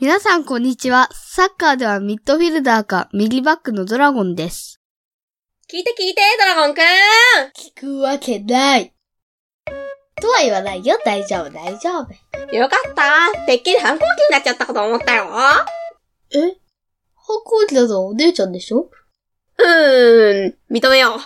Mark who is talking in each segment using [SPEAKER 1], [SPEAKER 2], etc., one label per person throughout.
[SPEAKER 1] 皆さんこんにちは。サッカーではミッドフィルダーか右バックのドラゴンです。
[SPEAKER 2] 聞いて聞いて、ドラゴンくん
[SPEAKER 1] 聞くわけない。とは言わないよ。大丈夫、大丈夫。
[SPEAKER 2] よかった。てっきり反抗期になっちゃったかと思ったよ。
[SPEAKER 1] え反抗期だぞ、お姉ちゃんでしょ
[SPEAKER 2] うーん、認めよう。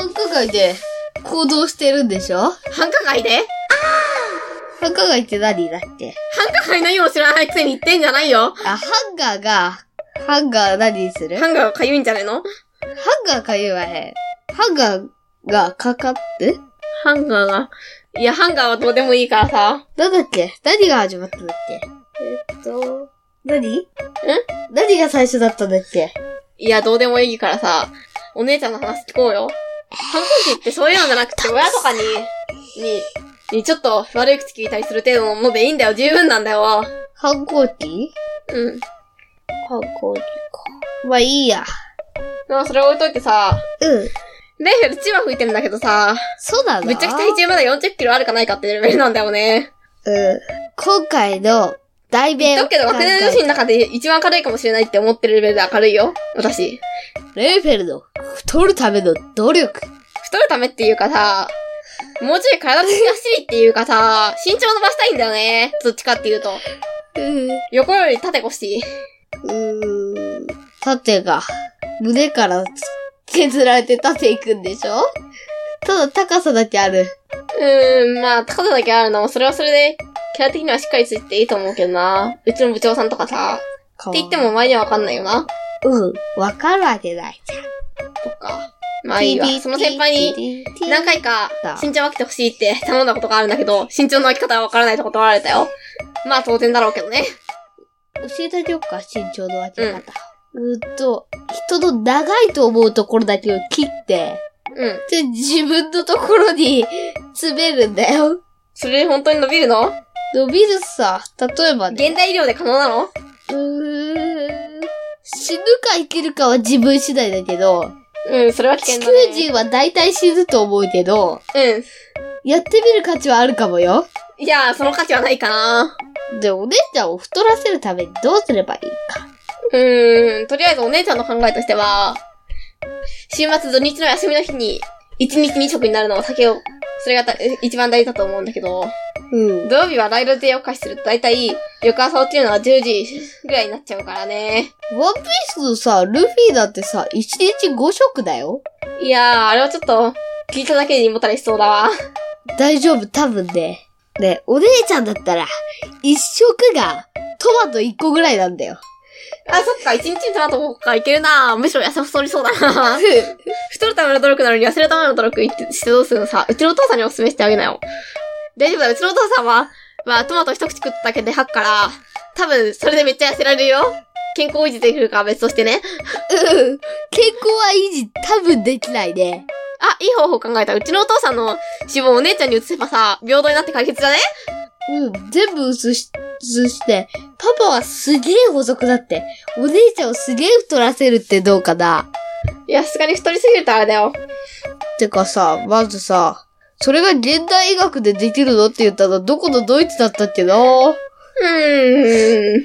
[SPEAKER 1] 繁華街で行動してるんでしょ
[SPEAKER 2] 繁華街で
[SPEAKER 1] 繁華街って何だっけ
[SPEAKER 2] 繁華街何も知らないくせに言ってんじゃないよ。
[SPEAKER 1] あ、ハンガーが、ハンガー何にするハ
[SPEAKER 2] ハ
[SPEAKER 1] ン
[SPEAKER 2] ンガーがかゆいんじゃないの
[SPEAKER 1] ガーか言わへん。ハンガーがかかって
[SPEAKER 2] ハンガーが。いや、ハンガーはどうでもいいからさ。
[SPEAKER 1] なんだっけ何が始まったんだっけえっと、何ん何が最初だったんだっけ
[SPEAKER 2] いや、どうでもいいからさ。お姉ちゃんの話聞こうよ。反抗期ってそういうのじゃなくて、親とかに、に、にちょっと悪い口聞いたりする程度のものでいいんだよ。十分なんだよ。
[SPEAKER 1] 反抗期
[SPEAKER 2] うん。
[SPEAKER 1] 反抗期か。まあいいや。
[SPEAKER 2] まあ、それ置いといてさ。
[SPEAKER 1] うん。
[SPEAKER 2] レイフェル、千葉吹いてるんだけどさ、
[SPEAKER 1] そうなの
[SPEAKER 2] めちゃくちゃ体重まだ40キロあるかないかってレベルなんだよね。
[SPEAKER 1] うん。今回の題名
[SPEAKER 2] 言っとくけど、学年女子の中で一番軽いかもしれないって思ってるレベルで明るいよ。私。
[SPEAKER 1] レイフェルの太るための努力。
[SPEAKER 2] 太るためっていうかさ、もうちょい体つきがっしりっていうかさ、身長伸ばしたいんだよね。どっちかっていうと。
[SPEAKER 1] うん。
[SPEAKER 2] 横より縦腰。
[SPEAKER 1] うーん。縦が、胸から削られて縦行くんでしょただ高さだけある。
[SPEAKER 2] うーん、まあ、高さだけあるのも、それはそれで、キャラ的にはしっかりついてていいと思うけどな。うちの部長さんとかさ、
[SPEAKER 1] か
[SPEAKER 2] って言っても前にはわかんないよな。
[SPEAKER 1] うん。わかるわけない。
[SPEAKER 2] とか。まあいいわ。その先輩に、
[SPEAKER 1] に
[SPEAKER 2] 何回か身長分けてほしいって頼んだことがあるんだけど、身長の分け方は分からないと断られたよ。まあ当然だろうけどね。
[SPEAKER 1] 教えてあげようか、身長の分け方。うーんと、人の長いと思うところだけを切って、
[SPEAKER 2] うん。
[SPEAKER 1] で、自分のところに詰めるんだよ。
[SPEAKER 2] それ本当に伸びるの
[SPEAKER 1] 伸びるさ、例えばね、
[SPEAKER 2] 現代医療で可能なの
[SPEAKER 1] うーん、死ぬか生きるかは自分次第だけど、
[SPEAKER 2] うん、それは危
[SPEAKER 1] 地
[SPEAKER 2] 険
[SPEAKER 1] 球
[SPEAKER 2] だね。
[SPEAKER 1] 人は大体死ぬと思うけど、
[SPEAKER 2] うん。
[SPEAKER 1] やってみる価値はあるかもよ。
[SPEAKER 2] いやその価値はないかな。
[SPEAKER 1] で、お姉ちゃんを太らせるためにどうすればいいか。
[SPEAKER 2] うーん、とりあえずお姉ちゃんの考えとしては、週末土日の休みの日に、一日二食になるのを避けよう。それがた一番大事だと思うんだけど、
[SPEAKER 1] うん。
[SPEAKER 2] 土曜日はライドでお貸しすると大体、翌朝っていうのは10時ぐらいになっちゃうからね。
[SPEAKER 1] ワンピースのさ、ルフィだってさ、1日5食だよ。
[SPEAKER 2] いやー、あれはちょっと、聞いただけで胃もたれしそうだわ。
[SPEAKER 1] 大丈夫、多分ね。ね、お姉ちゃんだったら、1食がトマト1個ぐらいなんだよ。
[SPEAKER 2] あ、そっか、一日にトマト5個か、いけるなむしろ痩せ太りそうだな
[SPEAKER 1] う
[SPEAKER 2] 太るための努力なのに痩せるための努力ってしてどうするのさ、うちのお父さんにお勧めしてあげなよ。大丈夫だよ、うちのお父さんは、まあ、トマト一口食っただけで吐くから、多分、それでめっちゃ痩せられるよ。健康維持できるかは別としてね。
[SPEAKER 1] ん。健康は維持、多分できないね。
[SPEAKER 2] あ、いい方法考えた。うちのお父さんの脂肪をお姉ちゃんに移せばさ、平等になって解決だね。
[SPEAKER 1] うん、全部薄し、薄して、パパはすげえ細くなって、お姉ちゃんをすげえ太らせるってどうかない
[SPEAKER 2] や、さすがに太りすぎるとあれだよ。
[SPEAKER 1] てかさ、まずさ、それが現代医学でできるのって言ったのどこのドイツだったっけな
[SPEAKER 2] うーん。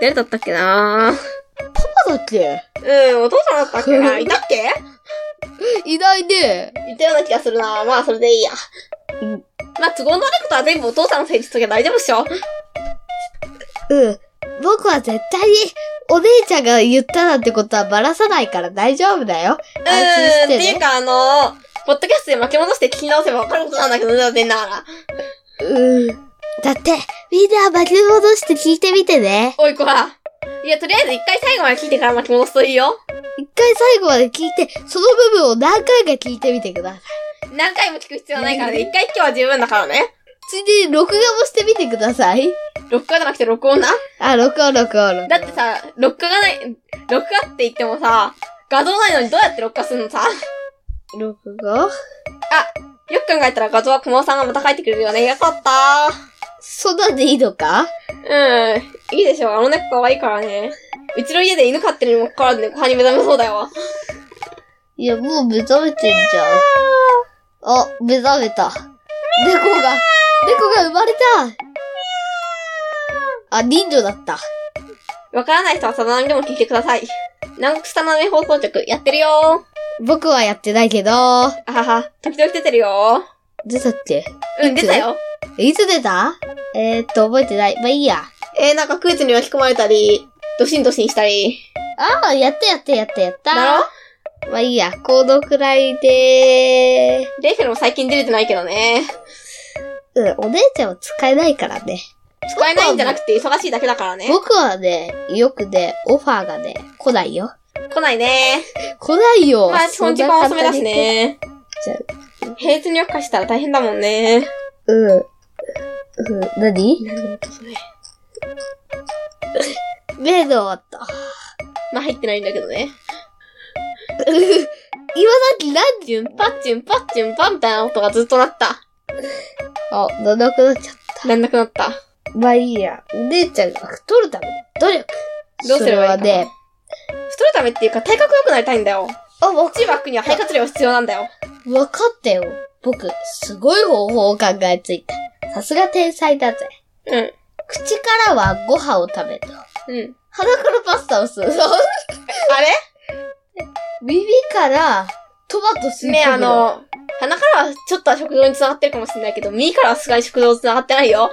[SPEAKER 2] 誰だったっけな
[SPEAKER 1] パパだっけ
[SPEAKER 2] うん、お父さんだったっけ ないたっけ
[SPEAKER 1] いないね。
[SPEAKER 2] いたような気がするなまあ、それでいいや
[SPEAKER 1] うん。
[SPEAKER 2] まあ、都合の悪いことは全部お父さんのせいにしときゃ大丈夫っしょ。
[SPEAKER 1] うん。僕は絶対に、お姉ちゃんが言ったなんてことはばらさないから大丈夫だよ。
[SPEAKER 2] うーん、
[SPEAKER 1] 安心し
[SPEAKER 2] って
[SPEAKER 1] て
[SPEAKER 2] いう
[SPEAKER 1] ね。
[SPEAKER 2] か、あのポッドキャストで巻き戻して聞き直せば分かることなんだけどね、残念ながら。
[SPEAKER 1] うん。だって、みんな巻き戻して聞いてみてね。
[SPEAKER 2] おい、こら。いや、とりあえず一回最後まで聞いてから巻き戻すといいよ。
[SPEAKER 1] 一回最後まで聞いて、その部分を何回か聞いてみてください。
[SPEAKER 2] 何回も聞く必要ないからね。一回今日は十分だからね。
[SPEAKER 1] ついでに録画もしてみてください。
[SPEAKER 2] 録画じゃなくて録音な。
[SPEAKER 1] あ、録音録音録音。
[SPEAKER 2] だってさ、録画がない、録画って言ってもさ、画像ないのにどうやって録画するのさ。
[SPEAKER 1] 録画
[SPEAKER 2] よく考えたら画像は小室さんがまた書いてくれるよね。よかった
[SPEAKER 1] そんなんでいいのか
[SPEAKER 2] ー。うん。いいでしょ。あの猫可愛いからね。うちの家で犬飼ってるにもかかわらず猫派に目覚めそうだよ。
[SPEAKER 1] いや、もう目覚めてんじゃん。あ、目覚めた。猫が、猫が生まれたあ、人魚だった。
[SPEAKER 2] わからない人はさだ波でも聞いてください。南国さだ波放送局やってるよー。
[SPEAKER 1] 僕はやってないけど。
[SPEAKER 2] あはは、時々出てるよ
[SPEAKER 1] 出たっけ
[SPEAKER 2] ー。うん、出たよ。
[SPEAKER 1] いつ出たえー、っと、覚えてない。まあ、いいや。
[SPEAKER 2] えー、なんかクイズに巻き込まれたり、ドシンドシンしたり。
[SPEAKER 1] ああ、やったやったやったやった。
[SPEAKER 2] だろ
[SPEAKER 1] まあ、いいや。このくらいで
[SPEAKER 2] レイフェルも最近出れてないけどね。
[SPEAKER 1] うん、お姉ちゃんは使えないからね。
[SPEAKER 2] 使えないんじゃなくて忙しいだけだからね。
[SPEAKER 1] 僕はね、よくね、オファーがね、来ないよ。
[SPEAKER 2] 来ないね
[SPEAKER 1] 来ないよ。
[SPEAKER 2] まあ、基本時間遅めだしね
[SPEAKER 1] そんな。
[SPEAKER 2] 平日に夜更かしたら大変だもんね。
[SPEAKER 1] うん。うん、何
[SPEAKER 2] 何の音それ。
[SPEAKER 1] 目が終わった。
[SPEAKER 2] まあ入ってないんだけどね。
[SPEAKER 1] 今さっき何
[SPEAKER 2] ジュンパッチュンパッチュンパみたいな音がずっと鳴った。
[SPEAKER 1] あ、長くなっちゃっ
[SPEAKER 2] 鳴んなくなった。
[SPEAKER 1] た。まあいいや。お姉ちゃんが太るための努力。
[SPEAKER 2] どうすればいいか
[SPEAKER 1] それはね、
[SPEAKER 2] 太るためっていうか体格良くなりたいんだよ。
[SPEAKER 1] あ、わか
[SPEAKER 2] 中学には肺活量必要なんだよ。
[SPEAKER 1] わかったよ。僕、すごい方法を考えついた。さすが天才だぜ。
[SPEAKER 2] うん。
[SPEAKER 1] 口からはご飯を食べると。
[SPEAKER 2] うん。
[SPEAKER 1] 鼻からパスタをす るの。
[SPEAKER 2] あれ
[SPEAKER 1] 耳からトマト吸い込むの。
[SPEAKER 2] ねあ、の、鼻からはちょっとは食堂に繋がってるかもしれないけど、右からはすがに食堂繋がってないよ。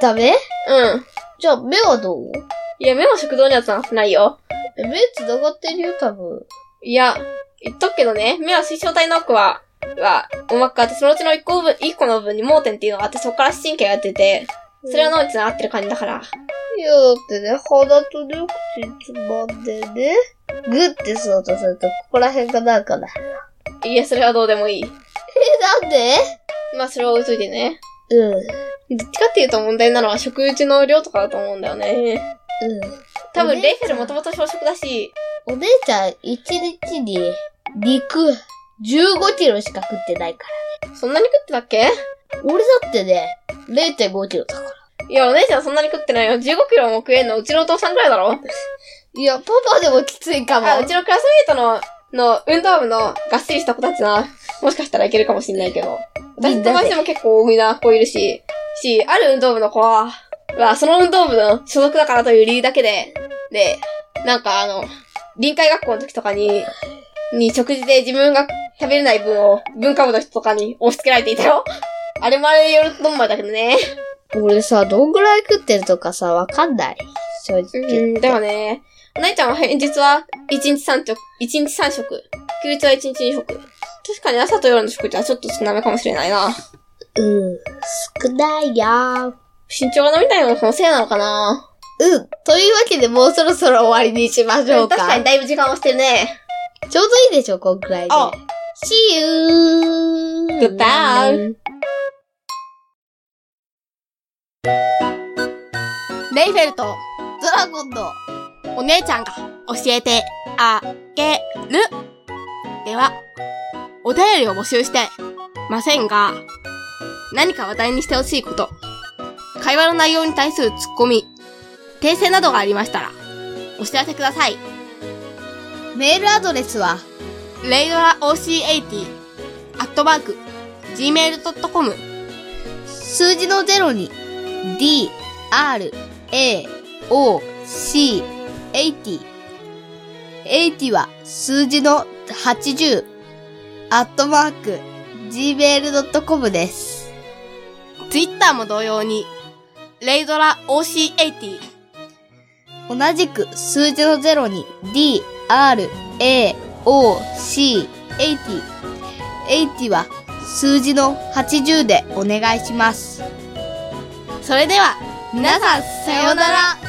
[SPEAKER 1] ダメ
[SPEAKER 2] うん。
[SPEAKER 1] じゃあ目はどう
[SPEAKER 2] いや、目も食堂には繋がってないよ。
[SPEAKER 1] え目繋がってるよ、多分。
[SPEAKER 2] いや、言っとくけどね、目は水晶体の奥は、は、うまくあって、そのうちの一個分、一個の部分に盲点っていうのがあって、そこから視神経が出てて、それは脳に繋がってる感じだから。
[SPEAKER 1] いや、だってね、鼻とね、口つまんでね、グッてそうとすると、ここら辺がなんかな。
[SPEAKER 2] いや、それはどうでもいい。
[SPEAKER 1] え、なんで
[SPEAKER 2] まあ、それは置いといてね。
[SPEAKER 1] うん、
[SPEAKER 2] どっちかっていうと問題なのは食事の量とかだと思うんだよね。
[SPEAKER 1] うん。
[SPEAKER 2] 多分、
[SPEAKER 1] お姉ちゃん
[SPEAKER 2] レイフェルもともと小食だし、
[SPEAKER 1] お姉ちゃん、一日に、肉、15キロしか食ってないか
[SPEAKER 2] そんなに食ってたっけ
[SPEAKER 1] ら。俺だってね、0.5キロだから。
[SPEAKER 2] いや、お姉ちゃんそんなに食ってないよ。15キロも食えんの、うちのお父さんくらいだろ。
[SPEAKER 1] いや、パパでもきついかも。
[SPEAKER 2] あ、うちのクラスメイトの、の、運動部のがっしりした子たちな、もしかしたらいけるかもしんないけど。私の友達でも結構多めな子いるし、し、ある運動部の子は、は、その運動部の所属だからという理由だけで、で、なんかあの、臨海学校の時とかに、に食事で自分が食べれない分を文化部の人とかに押し付けられていたよ。あれもあれでよると思うんだけどね。
[SPEAKER 1] 俺さ、どんぐらい食ってるとかさ、わかんない。正直。
[SPEAKER 2] うん、だよね。お姉ちゃんは平日は1日3食、一日三食。休日は1日2食。確かに朝と夜の食事はちょっと少なめかもしれないな。
[SPEAKER 1] うん。少ないや
[SPEAKER 2] 身長が伸びないのもそのせいなのかな
[SPEAKER 1] うん。というわけで、もうそろそろ終わりにしましょう
[SPEAKER 2] 確
[SPEAKER 1] か。
[SPEAKER 2] かにだいぶ時間をしてるね。
[SPEAKER 1] ちょうどいいでしょ、こんくらいで。
[SPEAKER 2] あ
[SPEAKER 1] See you!
[SPEAKER 2] Goodbye. レイフェルと
[SPEAKER 1] ドラゴンの
[SPEAKER 2] お姉ちゃんが教えてあげる。では、お便りを募集してませんが、何か話題にしてほしいこと、会話の内容に対するツッコミ、訂正などがありましたら、お知らせください。
[SPEAKER 1] メールアドレスは、
[SPEAKER 2] レイドラ OC80、アットマーク、gmail.com、
[SPEAKER 1] 数字の0に、d, r, a, o, c, 80。80は数字の80、アットマーク、gmail.com です。
[SPEAKER 2] Twitter も同様に、レイドラ OC80、
[SPEAKER 1] 同じく数字の0に D, R, A, O, C, 80。80は数字の80でお願いします。
[SPEAKER 2] それでは、
[SPEAKER 1] 皆さん、さようなら